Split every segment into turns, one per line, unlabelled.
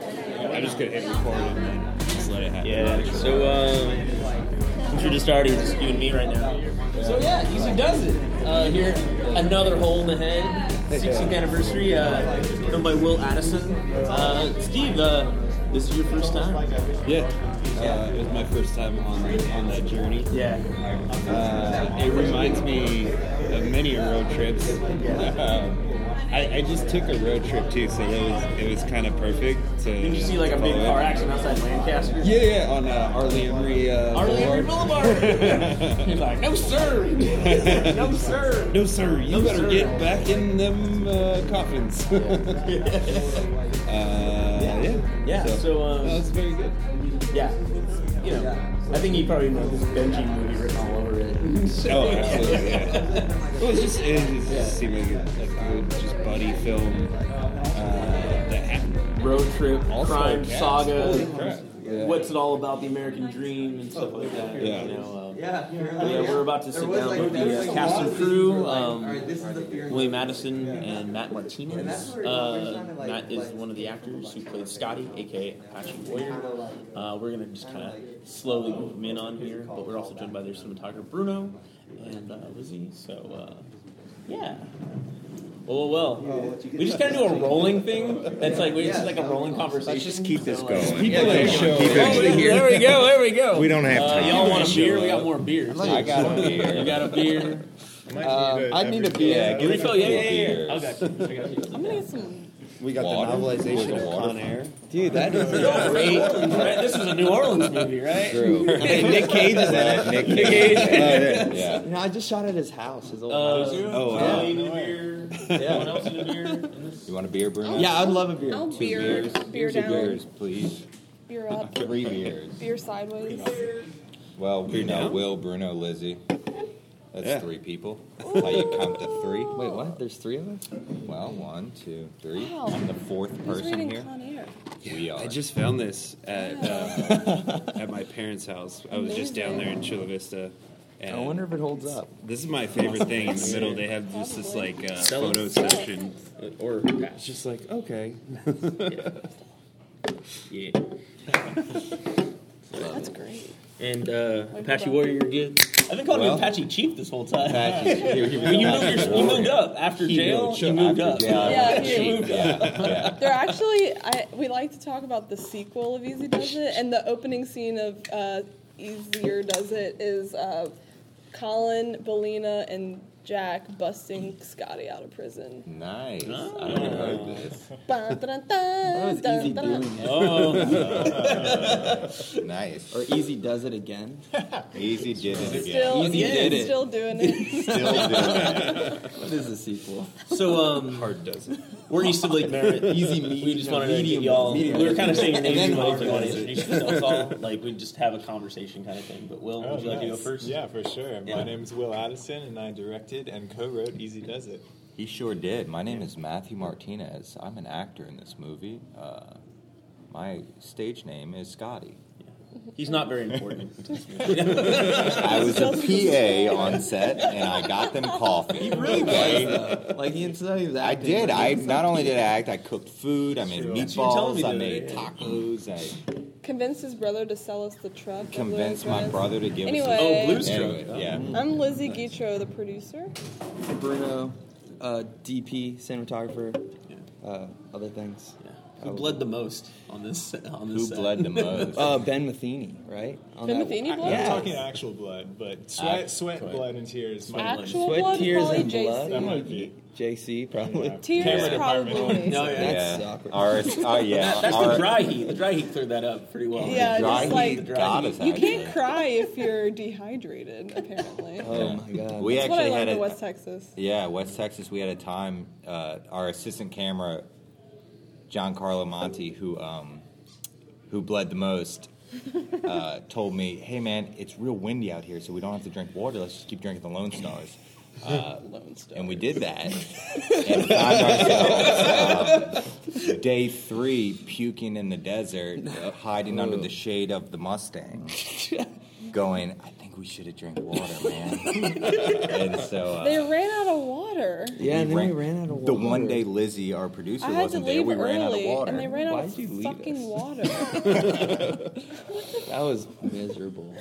I'm just gonna hit record and just let it happen.
Yeah. So um, since we're just starting, it's just you and me right now. So yeah, easy does it. Uh, here, another hole in the head. 16th anniversary. Uh, done by Will Addison. Uh, Steve, uh, this is your first time.
Yeah. Uh, it was my first time on on that journey.
Yeah.
Uh, it reminds me of many road trips. Uh, I, I just took a road trip too, so it was it was kind of perfect. To
Did you see like a big
Oh,
car accident outside Lancaster?
Yeah, yeah, on uh, Arlie Emery. Uh,
Arlie Henry Boulevard. He's like, no sir, no sir.
No, sir. You
No,
better
sir.
get back in them uh, coffins. uh, yeah.
Yeah, so, um,
that was very good.
Yeah. You know, I think he probably knows this Benji movie written all over it.
Oh, absolutely. Yeah. It was just it just seemed like a, like a good just buddy film uh, that happened.
Road trip,
Also
crime
cast. Holy crap.
saga.
Yeah.
What's it all about? The American Dream and stuff like that.
Yeah.
You know, um,
Yeah,
but yeah, we're about to sit
There was,
down
like,
with
there was,
the uh,
like,
cast
a lot
and
of scenes where,
crew,
like,
um,
all right, this is the fear and
William
loathing.
Madison and Matt Martinez. Uh, Matt is one of the actors who played Scotty, aka Apache Warrior. Uh, we're gonna just kind of
uh,
slowly move him in on here, but we're also joined by their cinematographer Bruno and uh, Lizzie. So uh, yeah. Well, well, well. We just kind of do a rolling thing. That's like we just like a rolling conversation.
Let's just keep this
So, like,
going.
people
Yeah,
that
there we
show
go. Keep
up.
it
Oh,
here.
There we go. There we go.
We don't have
Uh,
time.
y'all want a beer? We got more beer.
I got a
You
beer.
got a beer?
I need a
beer.
beer.
Refill? Yeah, yeah, yeah. yeah. Okay.
I'm gonna get some.
We got
Water?
the novelization
Was it
of
water?
Con Air. Dude, that is
Great. Right, This is a New Orleans movie, right?
True.
Hey, Nick Cage is in it.
Nick
Cage.
Oh, yeah.
You know, I just shot at his house, his old
Uh,
house.
Oh,
Tyler,
wow.
you need a beer. Someone else need a beer? in this?
You want a beer, Bruno?
Yeah, I'd love a beer.
I'll beer, beer
Two
down,
beers, please.
beer up,
Three beers.
beer sideways.
Well, we know
down?
Will, Bruno, Lizzie. That's
Yeah.
three people. How you count to three?
Wait, what? There's three of us?
Well, one, two, three.
Wow.
I'm the fourth
Who's
person
reading
here.
Con Air?
We are.
I just found this at uh, at my parents' house. I was just down there in Chula Vista. And
I wonder if it holds up.
This is my favorite thing in the middle. They have just this like uh, photo section.
Or
It's just like okay.
yeah.
That's great.
And uh, Apache Warrior, you're good. I've been calling
Well-
you Apache Chief this whole time.
Patches. Here, here we
When you
go.
moved, your, you moved up after
He
jail.
moved
You
up
moved
after
up.
jail.
Yeah,
You
he-
moved up.
Yeah, yeah.
They're actually. I we like to talk about the sequel of Easy Does It, and the opening scene of uh, Easier Does It is uh, Colin, Belina, and Jack busting Scotty out of prison.
Nice.
Ah.
I haven't heard this.
Dun, dun, dun, dun,
That was easy
dun, dun.
doing
Oh,
it.
Nice.
Or easy does it again.
Easy did it again.
Still,
Easy did it.
still doing it.
Still did it.
What is the sequel?
so um,
Hard does it.
We're east of Lake Merritt. Easy We just wanted to get y'all. we were kind of saying your names and like, if you want to introduce yourselves all. Like, we just have a conversation kind of thing. But Will, would you like to go
Oh, nice.
first?
Yeah, for sure.
Yeah.
My name is Will Addison, and I directed and co-wrote Easy Does It.
He sure did. My name is Matthew Martinez. I'm an actor in this movie. Uh, my stage name is Scotty.
He's not very important.
I was a PA on set, and I got them coffee.
Really was. Like, he instead he was
I
acting.
did.
but he
I
was
not
like-
only did I act, I cooked food. I made
That's what you told me
meatballs. I
the
made
other
tacos. I
Convinced his brother to sell us the truck. that
convinced
Lou
my
drives.
brother to give
Anyway.
Oh, Blues
us.
Truck.
Anyway, yeah.
I'm Lizzie Guitro, the producer.
Bruno, uh, DP, cinematographer, uh, other things.
Who bled the most on this? On this
Who
set?
bled the most?
Oh,
Uh, ben Matheny, right? On
Ben
that-
Matheny bled?
Yeah.
I'm talking actual blood, but sweat,
Act-
sweat,
sweat.
blood, and tears.
Act-
My
Actual
Sweat,
blood,
tears,
probably
and
JC.
that
blood.
might be
JC, probably.
Tears,
Camera
probably.
department.
No, yeah.
That's
yeah.
awkward.
RS, oh yeah.
That's
our-
the dry heat. The dry heat cleared that up pretty well.
Yeah,
Dry
just like
heat got us.
you
actually.
can't cry if you're dehydrated. Apparently, that's
Oh my god.
We
what I
actually had
learned in
a
West Texas.
yeah. West Texas. We had a time. Uh, our assistant camera, John Carlo Monti, who um, who bled the most. uh, told me, "Hey man, it's real windy out here, so we don't have to drink water. Let's just keep drinking the Lone Stars." Uh,
Lone Star.
and we did that and found ourselves um, day three puking uh, in the desert hiding under the shade of the mustang going i think think we should have drank water, man. and so uh,
They ran out of water.
Yeah, and then we ran out of water.
The one day Lizzie, our producer,
I had to
wasn't there,
leave
we ran out of
early,
water.
and they ran out
Why'd you
of
leave
fucking
us?
water.
that was miserable.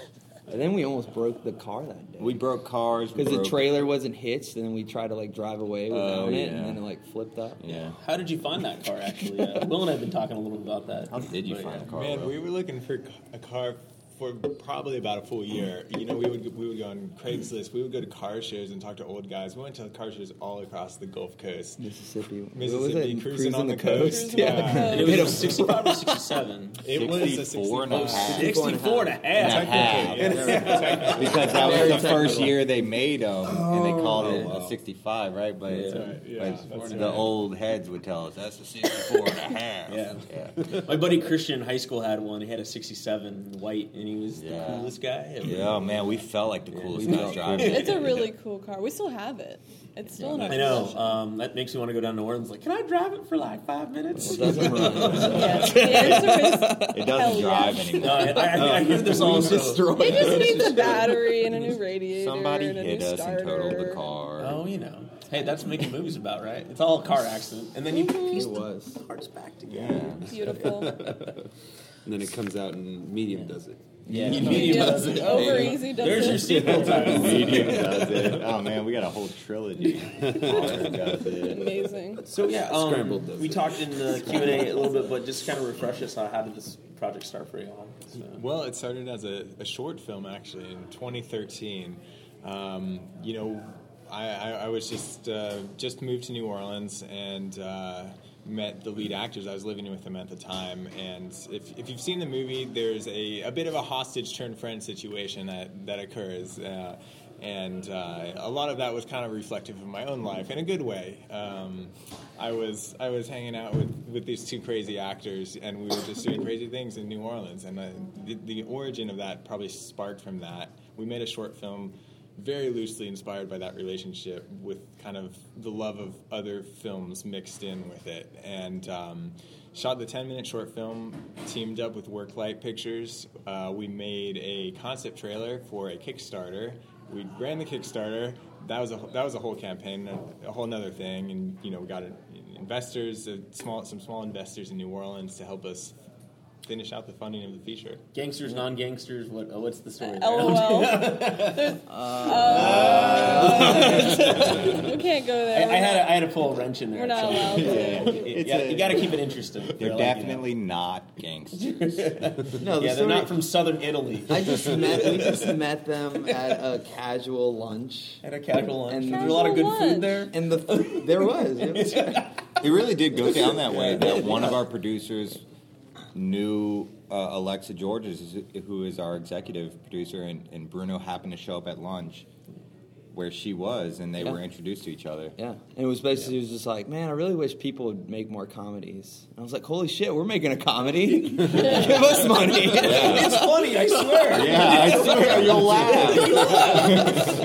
And then we almost broke the car that day.
we broke cars we
because the
broke-
trailer wasn't hitched, and then we tried to like drive away without
Oh,
it,
yeah.
and then it like flipped up.
Yeah.
How did you find that car? Actually, uh, Will and I have been talking a little bit about that.
How did you
But,
find
yeah.
the car?
Man,
Will?
we were looking for c- a car for probably about a full year. You know, we would we would go on Craigslist, we would go to car shows and talk to old guys. We went to car shows all across the Gulf Coast.
Mississippi. What was
Mississippi,
it?
cruising, on the, coast.
Cruising on the
Yeah.
coast.
And uh, it was a 65 or 67.
It was a
64 and a half.
64 and a
And a
half.
half. because that
Very
was the first
technical. Oh.
year they made them, and they called it
Oh, wow.
a 65, right? But,
right, yeah,
but
that's
the
right.
old heads would tell us that's a 64 and a half.
Yeah.
yeah.
My buddy Christian in high school had one. He had a 67 white, and he was
Yeah.
the coolest guy. ever.
Yeah, oh, man, we felt like the coolest
we
guys
felt
driving.
it's a really cool car. We still have it. It's still in our
I know.
possession.
Um, that makes me want to go down to Orleans. Like, can I drive it for like five minutes?
That's a run.
Yeah. The answer is
It
Hell
doesn't
yeah.
drive
No,
anymore.
I, I, I, I hear there's also
it just needs a battery and a new radiator.
Somebody
and a
hit
new
us and totaled the
starter.
car.
Oh, you know. Hey, that's what making movies about, right? It's all a car accident, and then you piece
It
the
was.
parts back together.
Yeah.
Beautiful.
And then it comes out and Medium does it.
Yeah,
Medium does it. Over easy does
There's
it.
your sequel title.
Medium does it. Oh man, we got a whole trilogy. Modern does it.
Amazing.
So yeah, um,
Scrambled does
we
it.
talked in the Q and A a little bit, but just kind of refresh us on how did this project start for you all? So.
Well, it started as a, a short film actually in 2013. Um, you know, I, I, I was just uh, just moved to New Orleans and uh, met the lead actors. I was living with them at the time, and if, if you've seen the movie, there's a, a bit of a hostage turned friend situation that that occurs. Uh, and uh, a lot of that was kind of reflective of my own life in a good way. Um, I was I was hanging out with, with these two crazy actors, and we were just doing crazy things in New Orleans. And uh, the, the origin of that probably sparked from that. We made a short film, very loosely inspired by that relationship, with kind of the love of other films mixed in with it, and. Um, Shot the 10 minute short film, teamed up with Worklight Pictures. Uh, we made a concept trailer for a Kickstarter we ran the Kickstarter. That was a that was a whole campaign, a, a whole nother thing, and you know we got uh, investors, uh, small some small investors in New Orleans to help us finish out the funding of the feature.
Gangsters, non-gangsters. What? Oh, what's the story? there?
uh, LOL. There's- Uh, we can't go
I, I
there.
had a, I had to pull a wrench in there.
We're not
so-
allowed
Yeah,
to.
you,
It's
gotta-
a-
you got to keep it interesting.
They're
Like, you know.
definitely not gangsters.
No, the
Yeah, they're
story-
not from Southern Italy.
I just met. We just met them at a casual lunch,
At a casual lunch.
And-
There's a lot of good
Casual
food there.
and the there was. It was
It really did go down that way. That one of our producers knew uh, Alexa Georges, who is our executive producer, and, and Bruno happened to show up at lunch where she was, and they
Yeah.
were introduced to each other.
Yeah, and it was basically it was just like, man, I really wish people would make more comedies. And I was like, holy shit, we're making a comedy. Give us money.
It's funny, I swear.
Yeah, I swear you'll laugh.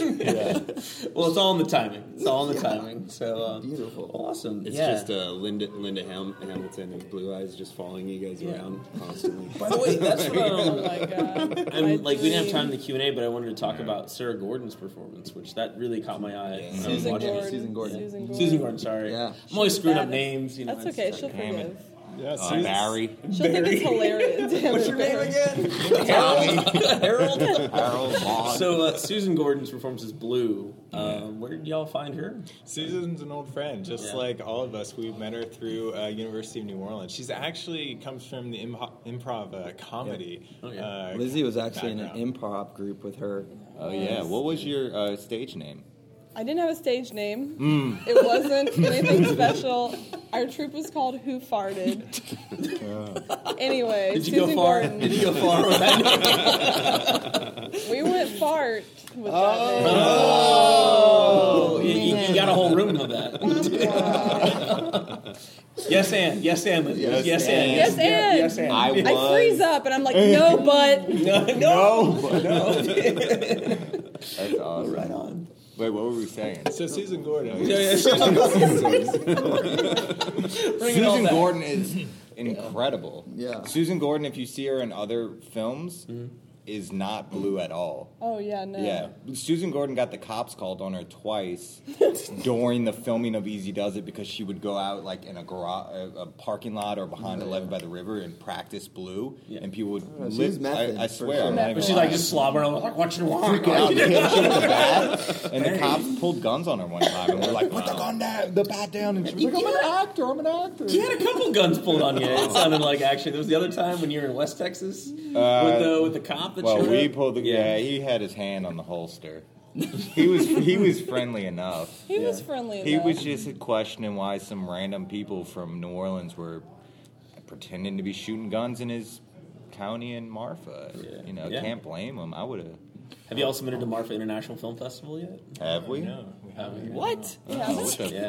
Well, it's all in the timing. It's all in the timing. So uh,
Beautiful.
awesome.
It's
yeah.
just uh, Linda Linda Ham- Hamilton and Blue Eyes just following you guys
Yeah.
around constantly.
By the way, that's what
Oh
um,
my god. My
I'm like. We didn't have
dream.
time in the Q and A, but I wanted to talk about Sarah Gordon's performance, which that really caught my eye. when I was
Susan
watching it.
Gordon.
Susan Gordon.
Susan Gordon.
Susan Gordon, sorry.
Yeah.
I'm always screwing up
Badass.
names. You know,
That's
it's
okay.
just
She'll
like-
Damn it.
forgive.
Yeah,
Uh, Barry,
She'll think it's hilarious. Damn
What's
it,
your name
Barry.
again?
Harold, Harold, Vaughn.
so uh, Susan Gordon's performance is Blue. Um, where did y'all find her?
Susan's an old friend, just
Yeah.
like all of us. We met her through uh, University of New Orleans. She's actually comes from the imho improv uh, comedy.
Oh, yeah.
uh,
Lizzie was actually in
background.
an improv group with her.
oh yeah, what was your uh, stage name?
I didn't have a stage name.
Mm.
It wasn't anything special. Our troupe was called Who Farted. anyway,
Did you go
Susan
far?
Gordon.
Did you go far with that?
We went fart with
Oh, you, you- you got a whole room of that.
that name.
yes, and yes, and Liz. yes, yes, and
Oh, Yes, and.
Yeah, yes, and.
I was.
I freeze up and I'm like, no, but
no, no,
That's awesome.
right on.
Wait, what were we saying?
So Susan Gordon.
Yeah, yeah, sure. Bring it all
Susan
back.
Gordon is incredible.
Yeah.
Mm-hmm.
Susan Gordon, if you see her in other films, is not blue at all.
Oh yeah, no.
Yeah, Susan Gordon got the cops called on her twice during the filming of Easy Does It because she would go out like in a garage, a, a parking lot, or behind a levee by the river and practice blue,
Yeah.
and people would.
know, she
lit-
was method,
I, I
for
swear,
sure.
I'm not
But
even gonna
she's
lie.
like just slobbering, on, like what you want.
Freaking out, hit you with the bat, and the cops pulled guns on her one time, and we're like, "Put the gun down, the bat down," and she was like, "I'm an actor, I'm an actor."
You had a couple guns pulled on you. It sounded like actually there was the other time when you were in West Texas
Uh,
with the with the cop that
Well,
showed
we
up.
pulled the yeah. He had his hand on the holster. he was he was friendly enough.
He was friendly.
He
enough.
was just questioning why some random people from New Orleans were pretending to be shooting guns in his county in Marfa.
Yeah.
You know,
Yeah.
can't blame him. I would have.
Have you all submitted to Marfa International Film Festival yet?
Have we?
No, we haven't.
Have you?
What?
Yeah,
Oh, what the
Yeah.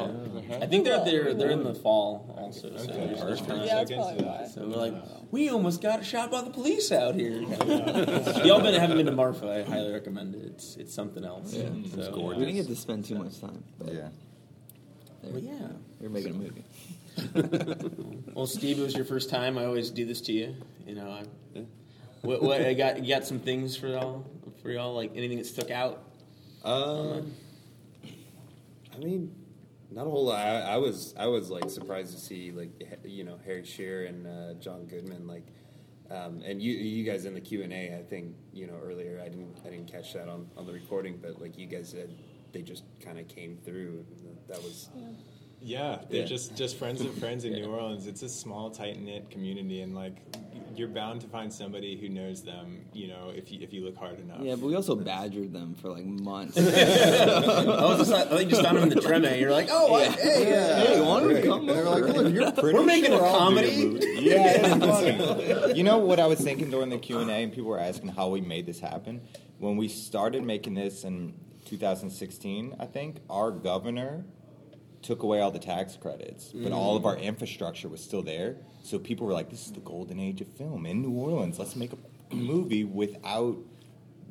fuck?
I think they're they're they're in the fall also. So
Okay,
there's- there's
perfect.
time.
Yeah, that's
Against
probably
the
why.
So we're like, we almost got shot by the police out here. Y'all been haven't been to Marfa? I highly recommend it. It's it's something else. Yeah,
it's
We
gorgeous.
didn't get to spend too much time. but
Yeah.
Well, yeah.
We're making a movie.
Well, Steve, it was your first time. I always do this to you. You know, I, what, what I got you got some things for y'all for y'all like anything that stuck out.
Um, I mean, not a whole lot. I, I was I was like surprised to see like h- you know Harry Shearer and uh, John Goodman like, um, and you you guys in the Q and A I think you know earlier I didn't I didn't catch that on, on the recording but like you guys said they just kind of came through and that was
Yeah, they're
Yeah.
just just friends of friends in New Orleans. It's a small, tight knit community, and like you're bound to find somebody who knows them. You know, if you if you look hard
Oh,
enough.
Yeah, but we also badgered them for like months.
I was just I think you just found him in the treme. You're like, oh, I- hey,
Hey, you want to come over?
we're making a comedy.
Yeah, it's funny. you know what I was thinking during the Q and A, and people were asking how we made this happen. When we started making this in 2016, I think our governor took away all the tax credits, but all of our infrastructure was still there. So people were like, "This is the golden age of film in New Orleans. Let's make a movie without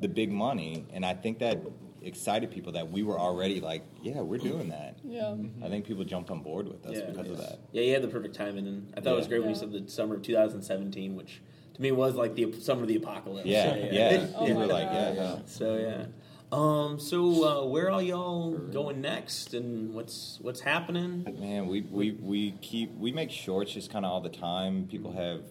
the big money." And I think that excited people that we were already like, "Yeah, we're doing that."
Yeah.
I think people jumped on board with us because of that.
Yeah, you had the perfect timing, and I thought it was
Yeah.
great when you
Yeah.
said the summer of 2017, which to me was like the summer of the apocalypse.
Yeah, yeah.
Oh
we
my
were like,
God.
yeah,
So yeah. Um. So uh, where are y'all going next, and what's what's happening?
Man, we, we, we keep we make shorts just kind of all the time. People have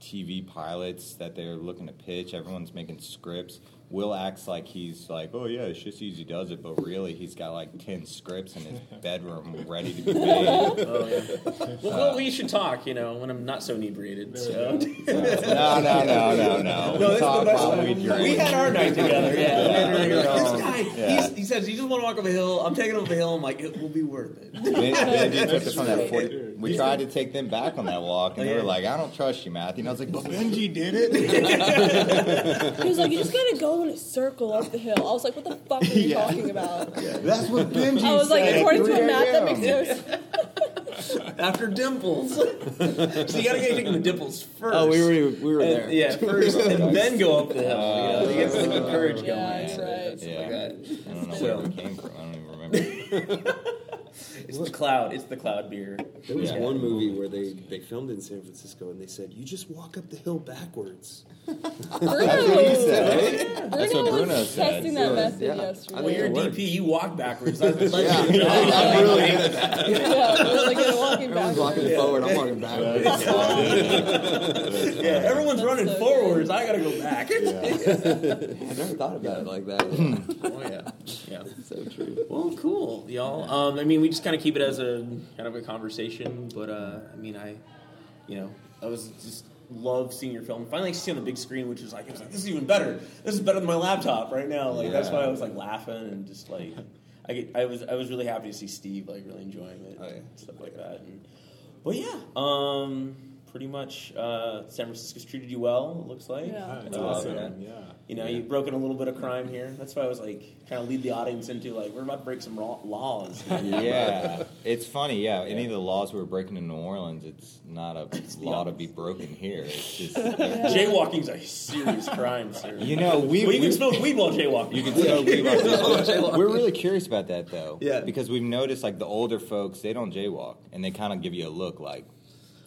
TV pilots that they're looking to pitch. Everyone's making scripts. Will acts like he's like, oh yeah, it's just easy does it, but really he's got like ten scripts in his bedroom ready to be made.
Well, well, we should talk. You know, when I'm not so inebriated. So
no, no, no, no, no. We talk while we drink.
we had our night together. Yeah.
Yeah.
And you're like, this guy,
Yeah.
he's, he says, "You just want to walk up a hill." I'm taking him up a hill. I'm like, it will be worth it.
They- they did take us on that 40 we tried to take them back on that walk, and they were
Yeah.
like, I don't trust you, Matthew. And I was like, but Benji did it.
He was like, you just gotta go in a circle up the hill. I was like, what the fuck are you
Yeah.
talking about?
That's what Benji
I was like,
said at
according to a
3
map, that
a.m.
makes no sense.
After dimples, so you gotta get taking the dimples first.
Oh, we were we were
And-
there.
Uh,
Uh,
Yeah, first, and then go up the hill. you know, you get some good courage going.
Yeah, that's
so
right.
that's like
Yeah.
a-
I don't know
So-
where we came from. I don't even remember.
It's the cloud. It's the cloud beer.
There was
Yeah.
one movie where they, they filmed in San Francisco and they said, you just walk up the hill backwards.
Bruno,
That's what he said, right?
Bruno,
That's what Bruno
was
said.
testing that method
yeah.
yesterday.
Well, you're a DP. You walk backwards. That's the
I'm really
yeah, really good at walking
everyone's
backwards.
walking forward. I'm walking backwards.
yeah, everyone's
That's
running
so good.
forwards. I gotta go back.
I never thought about it like that.
Oh yeah, yeah.
so true.
Well, cool, y'all. Um, I mean, we just kind of keep it as a kind of a conversation, but uh, I mean, I, you know, I was just love seeing your film. Finally, seeing it on the big screen, which was like, it was like this is even better. This is better than my laptop right now. Like that's why I was like laughing and just like, I get, I was I was really happy to see Steve like really enjoying
Oh,
it, and stuff like that. And, but yeah, um, pretty much, uh, San Francisco's treated you well. It looks like.
Yeah.
Ah, it's
Uh,
awesome.
yeah.
Yeah.
You know, you've broken a little bit of crime here. That's why I was like trying to lead the audience into like we're about to break some raw laws.
Yeah, it's funny. Yeah, any of the laws we were breaking in New Orleans, it's not a law to be broken here. It's just
Jaywalking's a serious crime, sir.
you know we.
well, you
we-
can smoke weed while jaywalking.
you can still leave our- We're really curious about that though.
Yeah.
Because we've noticed like the older folks, they don't jaywalk and they kind of give you a look like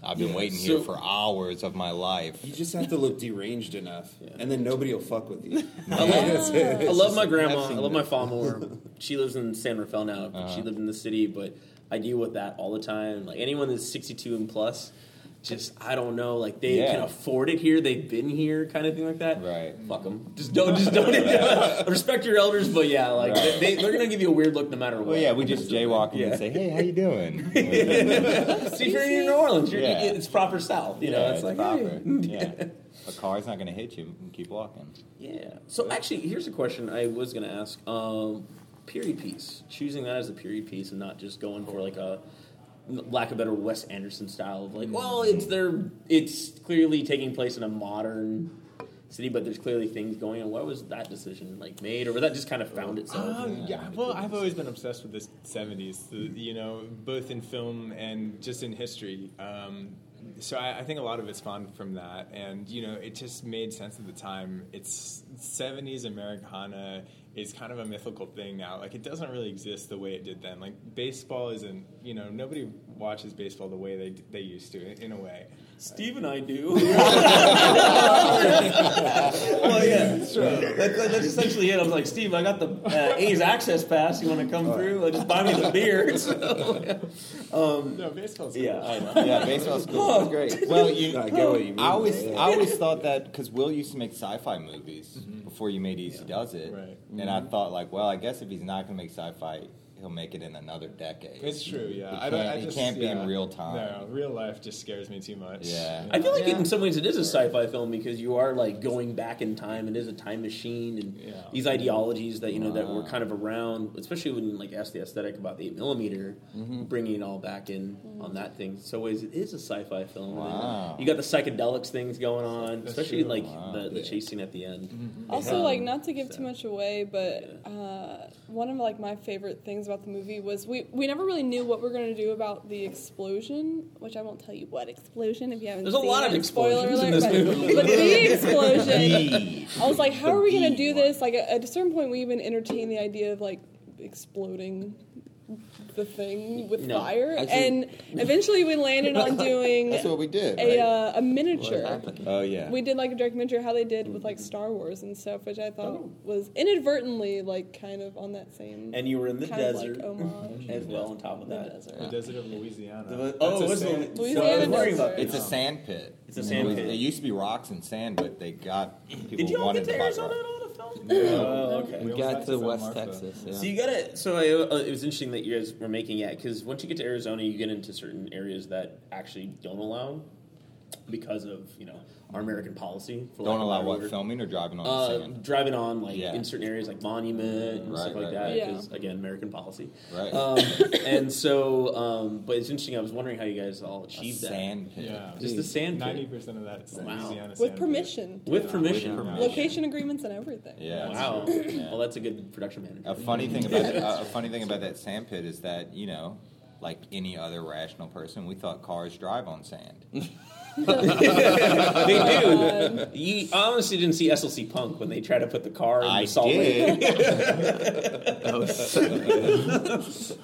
I've been
Yeah,
waiting
so-
here for hours of my life.
You just have to look deranged enough, and then nobody will fuck with you. I
I love my grandma. I love my father. she lives in San Rafael now. but
Uh-huh.
She lived in the city, but I deal with that all the time. Like anyone that's 62 and plus, just I don't know. Like they
Yeah.
can afford it here. They've been here, kind of thing like that.
Right.
Fuck them. Just don't. Just don't. respect your elders, but yeah, like
Right.
they, they're gonna give you a weird look no matter what.
Well, yeah, we just jaywalk
Yeah.
and say, "Hey, how you doing?" yeah,
See, if you're in New Orleans, you're,
Yeah.
it's proper South. You know, it's, like
proper.
hey.
yeah. A car's not going to hit you. You can keep walking.
Yeah. So actually, here's a question I was going to ask. Um, period piece. Choosing that as a period piece and not just going for like a n- lack of better Wes Anderson style of like, well, it's their it's clearly taking place in a modern city, but there's clearly things going on. Why was that decision like made, or was that just kind of found itself?
Um, yeah, well, I've always been obsessed with the 70s, the- you know, both in film and just in history. Um, so I, I think a lot of it's spawned from that. And, you know, it just made sense at the time. It's 70s Americana is kind of a mythical thing now. Like, it doesn't really exist the way it did then. Like, baseball isn't, you know, nobody watches baseball the way they, they used to, in, in a way.
Steve and I do. well, yeah, sure. That, that- that's essentially it. I was like, Steve, I got the uh, A's access pass. You want to come through? Uh, just buy me the beer. So, yeah.
No, baseball's
Yeah, I know.
Yeah, baseball school is great. Well, you,
I get what you mean.
I always,
Yeah.
I always thought that because Will used to make sci-fi movies
Mm-hmm.
before you made Easy Does It,
Right.
and I thought like, well, I guess if he's not going to make sci-fi, he'll make it in another decade.
It's true, yeah.
It
I don't,
can't-
I
it
just,
can't be in
yeah.
real time.
No, real life just scares me too much.
Yeah.
I feel like in some ways it is a sci-fi film because you are like going back in time. It is a time machine and
Yeah.
these ideologies that you know that were kind of around, especially when like asked the aesthetic about the eight millimeter, bringing it all back in
Mm-hmm.
on that thing. So ways it is a sci-fi film. And then
Wow.
You got the psychedelics things going on,
That's
especially
true.
like
Wow.
the, the chase scene at the end.
Also,
Um,
like not to give too much away, but uh, one of like my favorite things about the movie was we we never really knew what we are gonna do about the explosion, which I won't tell you what explosion if you haven't.
There's a
seen
lot
it.
of
Spoiler
explosions in
alert,
this
but,
movie.
but the explosion.
Gee.
I was like, how
The
are we gonna
bee
do
one.
this? Like at at a certain point, we even entertained the idea of like exploding the thing with
No.
fire,
Actually-
and eventually we landed on doing
That's what we did.
a
right?
uh, a miniature.
oh yeah.
We did like a documentary how they did with like Star Wars and stuff, which I thought
Oh.
was inadvertently like kind of on that same
and you were in the
kind
desert
of like homage.
as well. On top of
The
that,
desert.
The desert of Louisiana.
The-
That's
oh,
a
it was
sand-
the-
Louisiana
so I was worrying
desert.
about
it's a sand pit.
It's a sand
It was-
pit.
It used to be rocks and sand, but they got people
Did you all
wanted
get to
buy
Arizona at
rock.
all to film?
Oh,
okay.
We almost
We got
had
to
San
West
Marco.
Texas. Yeah.
So you gotta. So I, uh, it was interesting that you guys were making it because once you get to Arizona, you get into certain areas that actually don't allow because of you know our American policy. For lack of
Don't
a
allow
better
what
word.
filming or driving on
Uh,
the sand.
driving on like
Yeah.
in certain areas like monument and
Right,
stuff like
right,
that
right.
because again American policy.
Right.
Um, and so, um, but it's interesting. I was wondering how you guys all
A
achieved that.
sand pit.
Yeah.
Just the sand pit.
Ninety percent of that's
Wow.
Louisiana. sand
with
pit.
permission,
with permission.
With permission.
location agreements, and everything.
Yeah.
Wow. Well, that's a good production manager.
A funny thing about a, a funny thing about that sand pit is that you know, like any other rational person, we thought cars drive on sand.
they do. You honestly didn't see SLC Punk when they tried to put the car in
I
the Salt Lake.
did. Oh,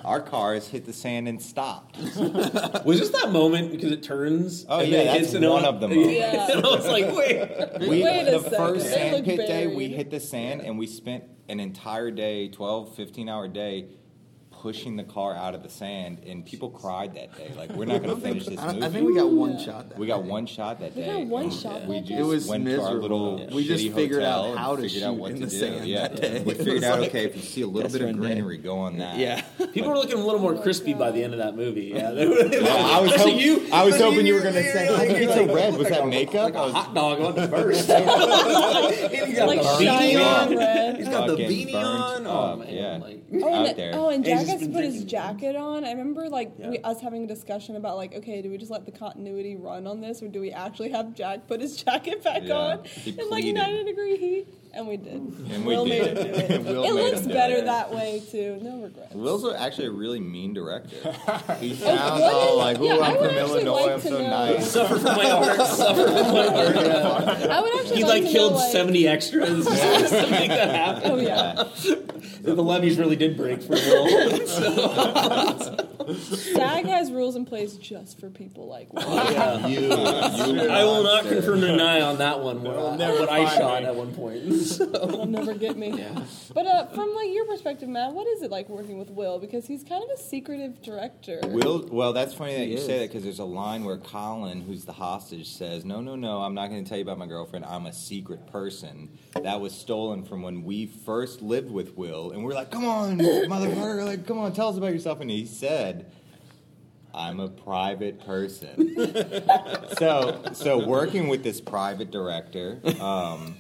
Our cars hit the sand and stopped.
Was this that moment because it turns?
Oh,
and
yeah,
then it
that's
hits and
one
all-
of the moments.
Yeah.
and I was like, wait.
We,
Wait a
the
second.
first
They
sand
look
pit day, we
buried.
hit the sand and we spent an entire day, 12, 15 hour day, pushing the car out of the sand. And people cried that day. Like, we're not going to finish this
I,
movie.
I think we got one shot. That
We got
day.
one shot that
We
day.
got one
and
shot
We
that
just
day?
It was
went to our
miserable.
little.
We just
shitty
figured out
hotel and
how to
figured out
shoot
what
in
to
the
do.
sand
Yeah,
that day.
we
It
figured
was
out
like-
okay if you see a little
That's
bit of
one day.
greenery, go on that.
Yeah.
People were looking a little
Oh
more crispy by the end of that movie. Yeah, they were,
I was
Especially
hoping
you.
I was hoping you were
You're
going to
like-
say,
you're
"How
like-
did it
you're
so
like-
red? Was that makeup?" I was
"Oh,
Hot dog on the first.
Like shining on red.
He's got the
Fucking
beanie
burnt
on. Oh
up,
man.
yeah.
Like,
Oh, and,
out there.
oh, and
And he's
Jack
just
has to
been
put his
drinking.
jacket on. I remember, like, we,
Yeah.
us having a discussion about, like, okay, do we just let the continuity run on this, or do we actually have Jack put his jacket back
Yeah.
on
He
in like
pleaded.
90 degree heat? And we did.
And we
Will
did
made him do
it.
it.
Will
it
made
looks
him do
better
it.
that way too. No regrets.
Will's actually a really mean director. He
Like,
sounds
what
all
is-
like, "Ooh,
yeah, I
I'm
would
from
actually
Illinois.
like
I'm
to
so
know-
nice."
Suffer from my art. Suffer from my art. Yeah.
I would actually
He
like,
like
to
killed
know, like,
seventy extras just to make that happen.
Oh yeah.
The levees really did break for Will.
SAG has rules in place just for people like Will.
I will not confirm or deny on that one. What, I- what I shot at one point.
They'll never get me. But uh, from like your perspective, Matt, what is it like working with Will? Because he's kind of a secretive director.
Will, well, that's funny that
He
you
is.
say that because there's a line where Colin, who's the hostage, says, "No, no, no, I'm not going to tell you about my girlfriend. I'm a secret person." That was stolen from when we first lived with Will, and we're like, "Come on, motherfucker! Like, come on, tell us about yourself." And he said, "I'm a private person." so, so working with this private director. Um,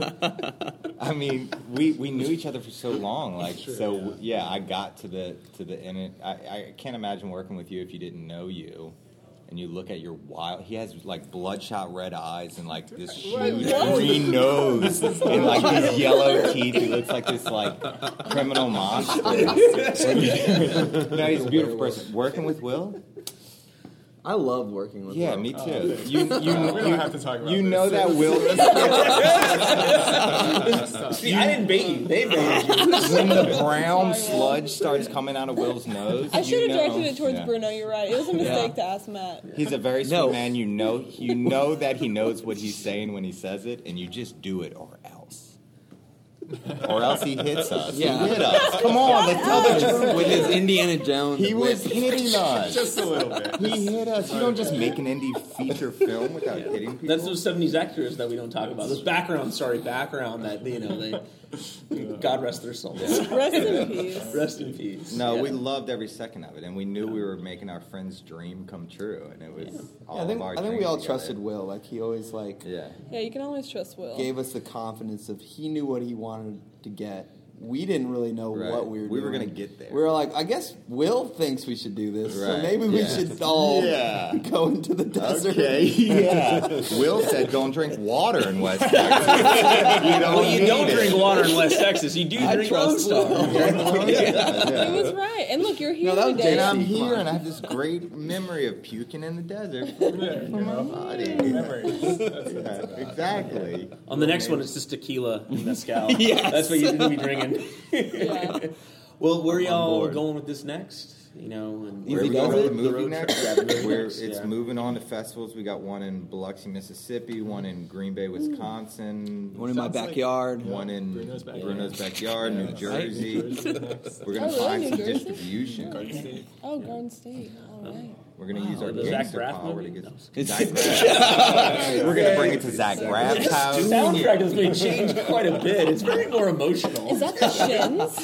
I mean, we, we knew each other for so long, like so. Yeah. I got to the to the end. It, I I can't imagine working with you if you didn't know you, and you look at your wild. He has like bloodshot red eyes and like this huge green nose and like these yellow teeth. He looks like this like criminal monster. no, he's a beautiful person. Working with Will.
I love working with
Yeah,
Will. Uh,
me too. You you, you,
have to talk about
you
this.
know that Will.
See, I didn't bait you. They baited you.
when the brown
Sorry.
sludge starts coming out of Will's nose.
I should
you
have directed
know-
it towards
Yeah.
Bruno. You're right. It was a mistake to ask Matt.
He's a very sweet
No.
man. You know, you know that he knows what he's saying when he says it, and you just do it or else. or else he hits us.
Yeah.
He hit us. Come on, let's tell the truth.
With his Indiana Jones.
He was
whip.
hitting us.
Just a little bit.
he hit us. You don't just make an indie feature film without hitting people.
That's those '70s actors that we don't talk about. Those background, sorry, background that you know they. God rest their souls.
Rest in peace.
Rest in peace.
no,
Yeah.
we loved every second of it, and we knew we were making our friend's dream come true, and it was all
I think,
of our
I think we
dreams
all
together.
trusted Will. Like he always like
Yeah.
Yeah, you can always trust Will.
gave us the confidence of he knew what he wanted to get. We didn't really know
Right.
what we were.
We were
doing.
gonna get there.
We were like, I guess Will thinks we should do this, so
Right.
maybe we
Yeah.
should all
Yeah.
go into the desert.
Okay, yeah. Will said don't drink water in West Texas. you don't,
Well, you
need
don't
it.
drink water in West Texas. You do
I
drink Lone
trust
Star.
He was right. And look, you're here
No, that was
today.
And I'm here, and I have this great memory of puking in the desert for my body. Yeah, exactly.
On the next one, it's just tequila and mezcal. yeah, that's what you need to be drinking.
Yeah.
Well, where are y'all
board.
going with this next? You know, and
Easy
Where we
does
go to
it?
the movie
road trip.
next?
Yeah, the road
We're-
trips,
it's
yeah.
moving on to festivals. We got one in Biloxi, Mississippi, one in Green Bay, Wisconsin,
One in my
Sounds like-
backyard.
one in
Bruno's backyard.
Bruno's backyard, New Jersey. We're
Oh,
gonna
really?
find
New
some
Jersey?
distribution.
Oh, Garden State. All
Uh,
right.
We're gonna use our
the Zach
gangster
Braff
power
movie?
to
No.
get Zach Braff. We're gonna bring it to Zach Braff's
The
house.
soundtrack has been changed quite a bit. It's very more emotional.
Is that the Shins?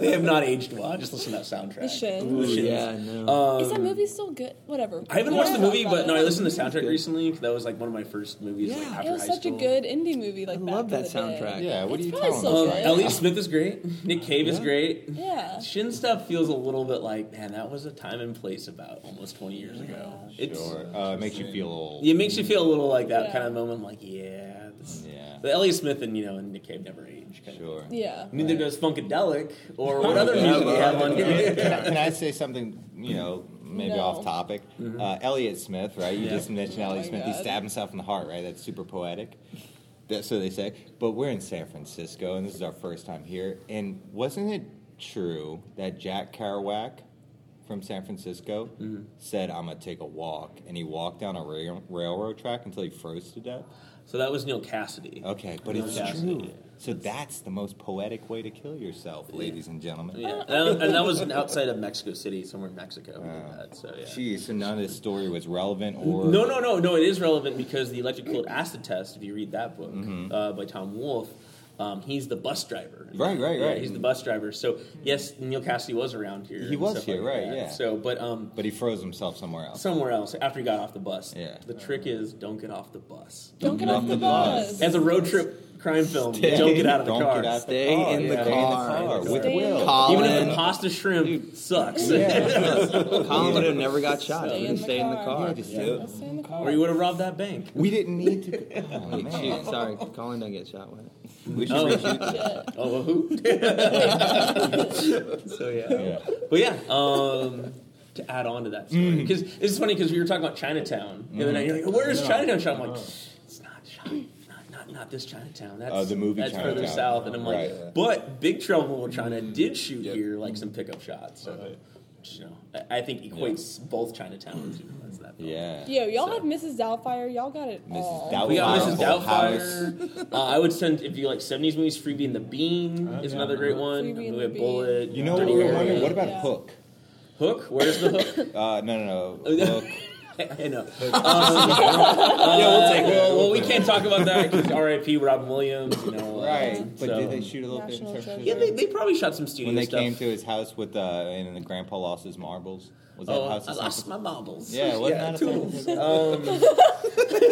They have not aged well. I just listen to that soundtrack.
The Shins.
Ooh,
The Shins.
yeah, no.
Uh,
Is that movie still good? Whatever.
Um, I haven't
We
watched the
don't
movie,
talk
but no,
about it.
I listened to the soundtrack recently. 'cause That was like one of my first movies. like,
Yeah.
after
It was
high
such a
school.
good indie movie. Like
I
back
love
in
that
the day.
soundtrack.
Yeah, what
It's
are you
probably
telling
still
us?
Um,
good.
Elliot Smith is great. Nick Cave is great.
Yeah.
Shin stuff feels a little bit like, man, that was a time and place about almost 20 years ago. It's,
Sure. Uh, it makes you feel old.
It makes you feel a little like that
Yeah.
kind of moment. like, yeah. This,
Yeah.
But Elliot Smith and, you know, and Nick Cave never age. Kind
Sure.
Yeah.
Of. Neither does Funkadelic or what other music we have on here.
Can I- can I say something? You know, maybe
No.
off topic. Uh, Elliot Smith, right? You
Yeah.
just mentioned
Oh
Elliot
my
Smith. He
God.
stabbed himself in the heart, right? That's super poetic. That, so they say. But we're in San Francisco, and this is our first time here. And wasn't it true that Jack Kerouac from San Francisco said, "I'm gonna take a walk," and he walked down a rail- railroad track until he froze to death?
So that was Neil Cassidy.
Okay, but
Neil
it's
Cassidy.
true. So that's the most poetic way to kill yourself, ladies and gentlemen.
Yeah. And, and that was outside of Mexico City, somewhere in Mexico. we did that, so, yeah.
Jeez, so none of this story was relevant or
No, no, no, no. It is relevant because the electric cooled acid test. If you read that book
Mm-hmm.
uh, by Tom Wolfe, um, he's the bus driver.
Right, right,
Yeah,
right.
he's the bus driver. So yes, Neil Cassidy was around here.
He
and
was
stuff
here,
like
right,
that.
yeah.
So, but um,
But he froze himself somewhere else.
somewhere else after he got off the bus.
Yeah.
The trick is don't get off the bus.
Don't get off the bus.
As a road trip crime film, don't get out of the
Don't
car.
get out the
Stay
car.
in the
Stay
car.
in the car with
Stay in the
Will.
car.
Even if
Colin.
the pasta shrimp sucks,
Colin would have never got shot.
Stay
if he
in the
stayed in the
car.
car.
Just do it.
Let's stay in the car.
or you would have robbed that bank.
We didn't need to. Oh,
Wait, shoot,
man.
sorry, Colin don't get shot with it.
We should
Oh.
reshoot this.
Oh, well, who? so yeah.
Yeah.
But yeah, um, to add on to that story,
Mm.
because it's funny because we were talking about Chinatown the other night. You're like, "Where's Chinatown?" Shot? I'm like, "It's not Chinatown, not, not, not this Chinatown. That's
Oh, the movie
That's further
Chinatown.
south." And I'm like,
Right. Mm.
uh,
Uh-huh.
"But Big Trouble in Little China did shoot here, like some pickup shots." So you know, I, I think equates both Chinatowns. You know, that's that. film.
Yeah.
Yo, y'all
So-
have Mrs. Doubtfire. Y'all got it
Mrs.
all.
Doubtfire.
We got Mrs.
Full
Doubtfire. uh, I would send if you like '70s movies. Freebie and the Bean
Oh,
is
yeah.
another great one.
Freebie and
we
the
have
Bean.
Bullet.
You know what
Dirty
we were
Harry.
wondering? What about
Yeah.
Hook?
Hook? Where's the hook?
Uh, no, no,
Oh,
no.
yeah.
Hook.
I know. Um, yeah, we'll take well, well, we can't talk about that because R.I.P. Robin Williams. You know, uh,
Right. But
so-
did they shoot a little bit in
National
San Francisco?
Yeah, they, they probably shot some studio
when they
stuff.
came to his house with uh, and the grandpa lost his marbles. Was that
oh,
house?
I
in San
lost my marbles.
Yeah, wasn't that a
toodles.
thing?
Um,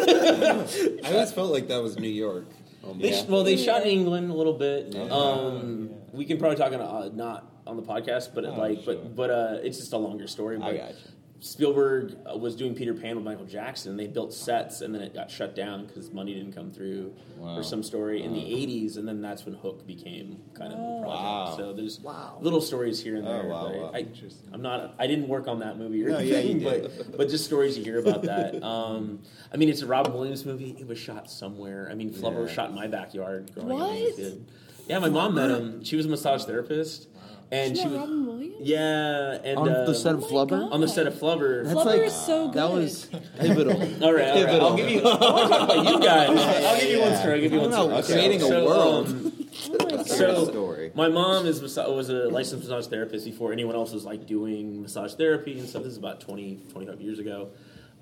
I always felt like that was New York. almost.
They sh- well, they shot in England a little bit.
Yeah.
Um, We can probably talk on uh, not on the podcast, but
Oh,
like,
sure.
but but uh, it's just a longer story. But
I got you.
Spielberg uh, was doing Peter Pan with Michael Jackson. They built sets, and then it got shut down because money didn't come through,
Wow.
or some story in the '80s. And then that's when Hook became kind of a project.
Oh. Wow.
So there's little stories here and
Oh,
there.
wow,
but
wow.
I, I'm not. I didn't work on that movie or
No, yeah,
anything,
you did.
but but just stories you hear about that. Um, I mean, it's a Robin Williams movie. It was shot somewhere. I mean, Flubber was
Yeah.
shot in my backyard growing up as
What?
a kid. Yeah, my mom met him. She was a massage therapist, and she
Isn't that
was
Robin Williams?
yeah, and
On
uh,
the set of
my
Flubber?
God.
on the set of Flubber.
That's
Flubber
like-
is so good.
That was pivotal.
all right, all right. I'll give you. I want to talk about you guys. I'll give you one story. I'll give you one
I don't
story.
know, creating a world.
um,
Oh my God.
so
story.
my mom is massa- was a licensed massage therapist before anyone else was like doing massage therapy and stuff. This is about 20, 25 years ago,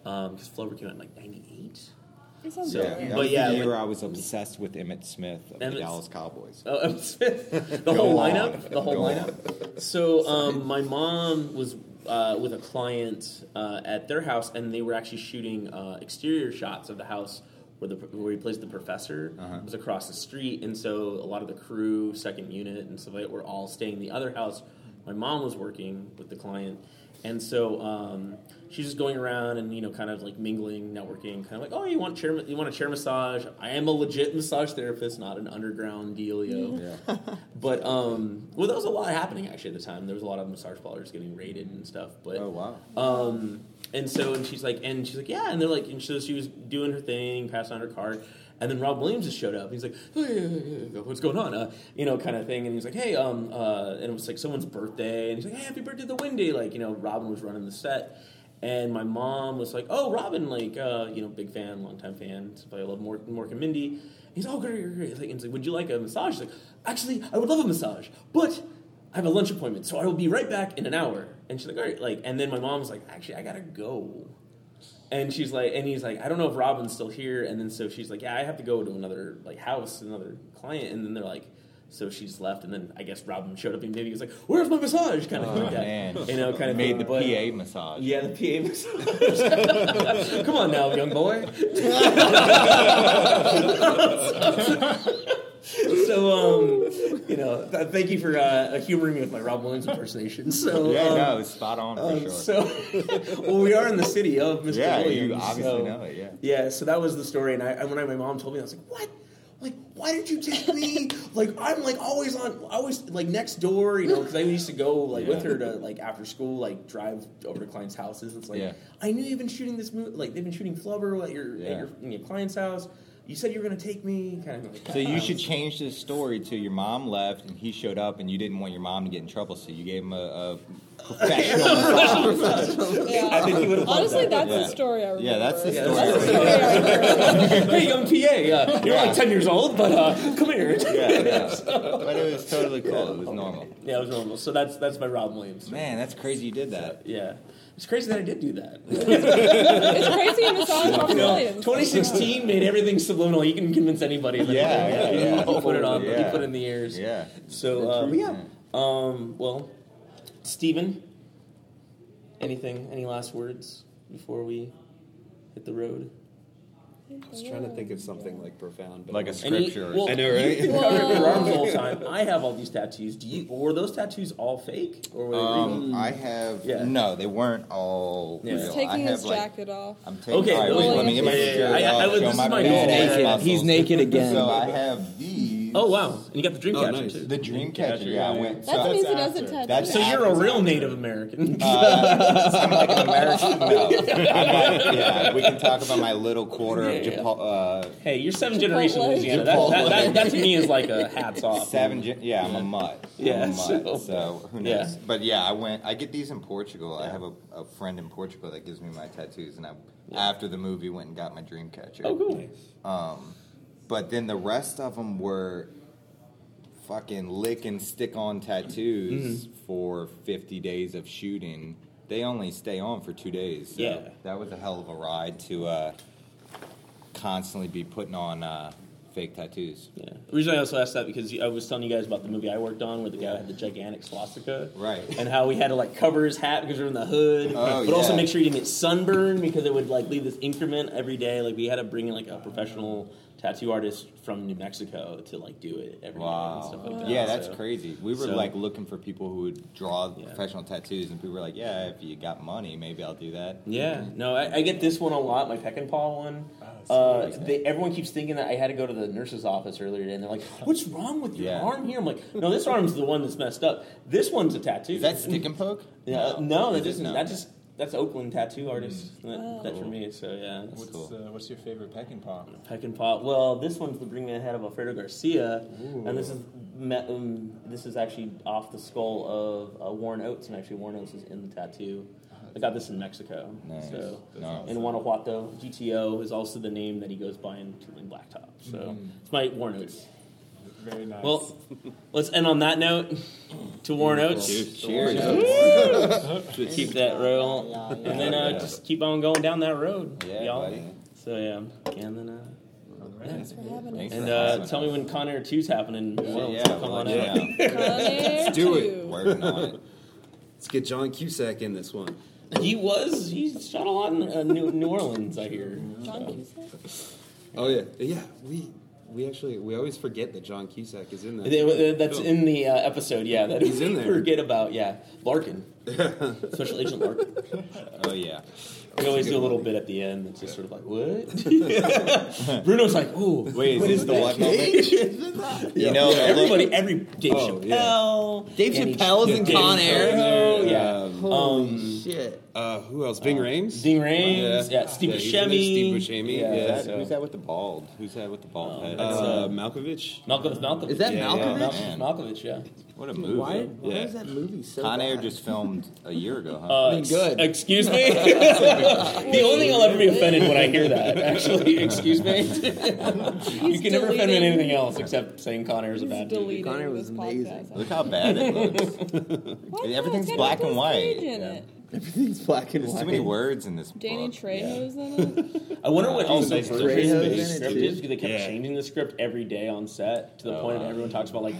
because Flubber came out in like '98.
It sounds
so-
good.
that
But
was
yeah,
the year
when-
I was obsessed with Emmett Smith of the
Emmett-
Dallas Cowboys.
Oh, Emmett Smith. The
Go
whole
on.
lineup. The whole
Go on.
lineup. So um, my mom was uh, with a client uh, at their house, and they were actually shooting uh, exterior shots of the house where the where he plays the professor.
Uh-huh.
It was across the street, and so a lot of the crew, second unit, and stuff like that, were all staying in the other house. My mom was working with the client, and so. Um, She's just going around and you know, kind of like mingling, networking, kind of like, oh, you want chair, you want a chair massage? I am a legit massage therapist, not an underground dealio. But um, well, there was a lot happening actually at the time. There was a lot of massage parlors getting raided and stuff. But
Oh wow.
um, and so and she's like, and she's like, yeah, and they're like, and so she was doing her thing, passing on her card, and then Rob Williams just showed up. He's like, "Hey, hey, hey, hey, what's going on, uh, you know, kind of thing. And he's like, hey, um, uh, and it was like someone's birthday, and he's like, hey, happy birthday to Wendy. Like, you know, Robin was running the set. And my mom was like, "Oh, Robin, like, uh, you know, big fan, longtime fan. so I love Mork, Mork and Mindy." He's oh, great, great, great. Like, and he's like, "Would you like a massage?" She's like, "Actually, I would love a massage, but I have a lunch appointment, so I will be right back in an hour." And she's like, "All right," like, and then my mom's like, "Actually, I gotta go." And she's like, and he's like, "I don't know if Robin's still here." And then so she's like, "Yeah, I have to go to another like house, another client." And then they're like. So she's left, and then I guess Robin showed up, and maybe he was like, "Where's my massage?" Kind of thing like that,
Oh, man.
you know, kind of
Made
thing.
the
But-
PA massage.
yeah, the PA massage. Come on now, young boy. so, um, you know, th- thank you for uh, humoring me with my Rob Williams impersonation. So,
Yeah,
um,
no, it was spot on for
um,
sure.
So, well, we are in the city of Mr.
yeah,
Williams.
you obviously
so-
know it. Yeah.
yeah, so that was the story, and I and when I, my mom told me, I was like, "What? Like, why did you take me? like, I'm like always on, always like next door, you know? Because I used to go like with
Yeah.
her to like after school, like drive over to clients' houses. It's like
Yeah.
I knew you've been shooting this movie, like they've been shooting Flubber at your at
Yeah.
your, in your client's house. You said you were gonna take me, kind of. Like
So you should change this story to your mom left and he showed up and you didn't want your mom to get in trouble, so you gave him a, a professional massage.
Yeah.
I think you would have.
Honestly,
that.
that's
Yeah.
the story I remember.
Yeah, that's the
Yeah,
story.
that's the
Sorry, I remember.
hey, young PA, uh, you're
Yeah.
like ten years old, but uh, come here.
Yeah, yeah. But it was totally cool. It was normal.
yeah, it was normal. So that's that's my Rob Williams. story.
Man, that's crazy you did that.
Yeah. It's crazy that I did do that.
It's crazy in the song Robin Williams.
2016 made everything subliminal. You can convince anybody. That
Yeah, yeah, yeah.
He put it on. He
Yeah.
put it in the ears.
Yeah.
So, uh, but yeah. Um, well, Steven, anything, any last words before we hit the road?
I was trying to think of something like profound, but
Like a
Any-
scripture.
well,
I know, right?
You've been covering your arms the whole time. I have all these tattoos. Do you? Were those tattoos all fake, or were they real?
Um, I have
Yeah.
no. They weren't all.
Yeah.
real.
He's
He's
I
taking
have,
his
like-
jacket off.
I'm taking.
Okay,
all right, wait,
well,
let me get my
yeah, yeah,
shirt
yeah. I- I
off,
was-
show
this
my
is my
badass
goal.
muscles.
He's naked again.
So I have these. used.
Oh wow! And you got the dream
Oh,
catcher
nice.
too.
The Dreamcatcher, yeah, I went.
That's an
So,
easy does it touch.
That's-
so you're a real Native American.
I'm like an Uh, American. No. I'm not- yeah, we can talk about my little quarter of
Yeah.
Japal, uh,
hey, you're seven generation
Chipotle.
Louisiana. That, that, that,
Chipotle.
that to me is like a hats off.
Seven, gen- yeah, I'm a mutt. I'm
Yeah,
a mutt,
so-
so, who
Yeah.
knows? But yeah, I went. I get these in Portugal. I have a, a friend in Portugal that gives me my tattoos, and I after the movie went and got my dream catcher.
Oh cool.
Um, but then the rest of them were fucking lick and stick on tattoos
Mm-hmm.
for 50 days of shooting. They only stay on for two days. So
Yeah.
that was a hell of a ride to uh, constantly be putting on uh, fake tattoos.
Yeah. The reason I also asked that because I was telling you guys about the movie I worked on where the guy had the gigantic swastika.
Right.
And how we had to like cover his hat because we were in the hood.
Oh,
but also
yeah.
make sure he didn't get sunburned because it would like leave this increment every day. Like we had to bring in like a professional tattoo artist from New Mexico to like do it every day and
Wow.
stuff like that.
Yeah, that's
So-
crazy. We were
so-
like looking for people who would draw
Yeah.
professional tattoos, and people were like, "Yeah, if you got money, maybe I'll do that."
Yeah, no, I, I get this one a lot, my Peck and Paw one.
Oh,
uh,
that's
they, everyone keeps thinking that I had to go to the nurse's office earlier today, and they're like, "What's wrong with your
Yeah.
arm here?" I'm like, "No, this arm's the one that's messed up. This one's a tattoo."
Is that stick and poke?
Yeah, no, that
Is it?
isn't.
No. Mm.
That just that's Oakland tattoo artist. That,
Oh.
that for me. So yeah, that's
What's,
cool.
uh, what's your favorite peck and paw?
Peck and Paw. Well, this one's the Bring Me the Head of Alfredo Garcia, and this is me- um, this is actually off the skull of uh, Warren Oates, and actually Warren Oates is in the tattoo. I got this in Mexico.
Uh-huh. Nice.
So
Nice.
in Guanajuato, GTO is also the name that he goes by in Turbine Blacktop. So
Mm-hmm.
it's my Warren Oates.
Very nice.
Well, let's end on that note. To Warren Oates.
Cheers.
keep that roll, and then uh, just keep on going down that road,
Yeah,
y'all.
buddy.
So yeah, and then uh,
Thanks for having us.
Thanks
and
for
uh,
having
tell
us.
me when Con Air Two's happening. Well,
Yeah,
come
we'll
on
let you
out.
know.
Let's
do it.
Working on it.
Let's get John Cusack in this one.
He was he shot a lot in uh, New, New Orleans, I hear. So.
Oh yeah, yeah. We we actually we always forget that John Cusack is in that.
They- uh, That's
film.
in the uh, episode, yeah. That
He's in
we
there.
Forget about yeah, Larkin, Special Agent Larkin.
Oh yeah.
We always do a little bit at the end. It's just sort of like what? Bruno's like, oh,
Wait, is this the what moment? You know, I look-
everybody, every Dave
Oh, yeah.
Chappelle,
Dave
Danny
Chappelle's in
Dave
Con Air.
Chappelle, yeah.
Um,
Um,
Holy shit.
Uh, who else? Bing Rames.
Sting Rames, yeah,
Yeah.
Steve
Yeah, he's in
Buscemi,
there, Steve Buscemi, yeah.
Is that-
so-
Who's
uh,
that with the bald? Who's that with the bald head?
that's,
uh, Malkovich.
Malcolm Malcolm.
Is that
Yeah,
yeah.
Malcolm?
Malcolm
Man.
Malkovich? Yeah.
what a
Dude,
movie.
Why, why
Yeah.
is that movie so
Con Air
bad?
just filmed a year ago, huh?
Uh,
mean, good.
ex- excuse me. the only thing I'll ever be offended when I hear that. Actually, excuse me. you can never offend me in
deleting-
anything else except saying Con Air is a
He's
bad movie.
deleting
Connor
this
was amazing.
podcast.
Look how bad it looks.
Why not?
Everything's
It's got
black and
Nicolas
white.
Cage in
Yeah.
it.
Everything's black and
There's
white.
too many words in this
Danny
book.
Trejo's in it.
I wonder what
Oh,
his
they
version of
straight up
the
in it,
script
dude.
is because they kept
Yeah.
changing the script every day on set to the
Oh,
point of
wow.
everyone talks about like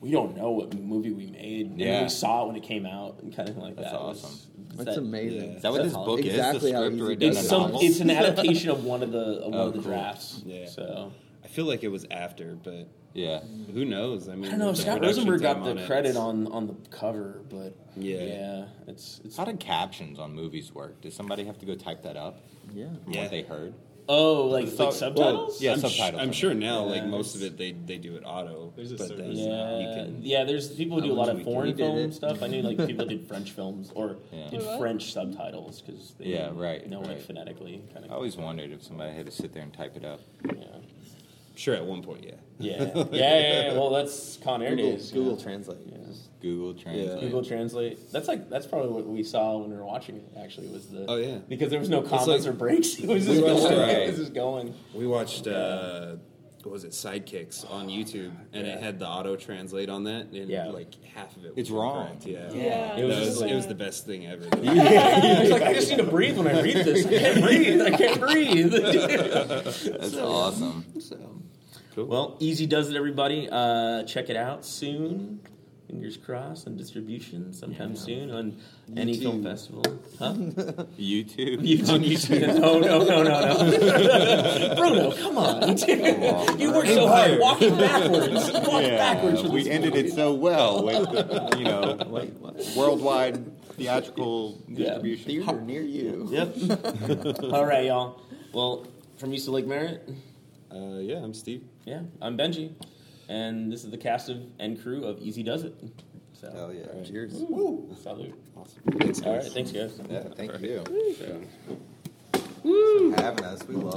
we don't know what movie we made. and
Yeah.
we saw it when it came out and kind of like
That's
that. was-
awesome.
was
That's
that-
amazing.
Is that what this book
Exactly
is?
how
The script
easy
written
it
in
is.
It's
a
some.
novel?
It's an adaptation of one of the of one
Oh,
of the
cool.
drafts.
Yeah.
So
I feel like it was after, but
Yeah.
who knows? I mean,
I don't know.
the
Scott
production
Rosenberg got
time
the
it,
credit
it's-
on on the cover, but yeah,
Yeah.
it's it's.
How do captions on movies work? Does somebody have to go type that up
Yeah.
from
Yeah.
what they heard?
oh, like, like
Well,
subtitles.
yeah,
I'm, sh-
subtitles.
I'm
I
sure
mean.
now, like
Yeah.
most of it, they they do it auto.
There's a
but
certain-
then
Yeah,
you can.
yeah. There's people who do a
How
lot
much
of
we
foreign
did
film
it.
stuff. I knew like people did French films or
Yeah.
did
Wait, what?
French subtitles because they
Yeah,
didn't
right,
know it
right. Oh.
phonetically kind
I
of.
always wondered if somebody had to sit there and type it up.
Yeah.
Sure, at one point, yeah.
Yeah. yeah, yeah, yeah. Well, that's Con Air
Google,
days.
Google Translate.
Yeah.
Google Translate.
Google Translate. That's like that's probably what we saw when we were watching it. Actually, was the
Oh, yeah.
because there was no comments
like-
or breaks. It was just
We
going.
watched
it.
It was just going.
We watched uh, what was it, Sidekicks on YouTube, and it had the auto translate on that, and
Yeah.
like half of it. Was
It's wrong.
incorrect, Yeah.
Yeah.
It
It
was
was,
just
it
like-
was the best thing ever.
It's like, I just need to breathe when I read this. I can't breathe. I can't breathe.
That's awesome.
well, Easy does it, everybody. Uh, check it out soon. Fingers crossed on distribution sometime soon on any film festival. Huh?
YouTube.
You- you- no, no, no, no, no. Bruno, come on. you worked so hard. Walking backwards. Walk backwards. for
we
this
ended it so well with the, you know worldwide theatrical distribution.
Theater near you.
Yep. All right, y'all. Well, from East to Lake Merritt,
Uh, yeah, I'm Steve.
yeah, I'm Benji. And this is the cast of and crew of Easy Does It. So,
Hell Oh, yeah. Cheers.
Woo. Salute.
Awesome.
All right, thanks guys.
Yeah, thank you
Yeah.
for having us. We love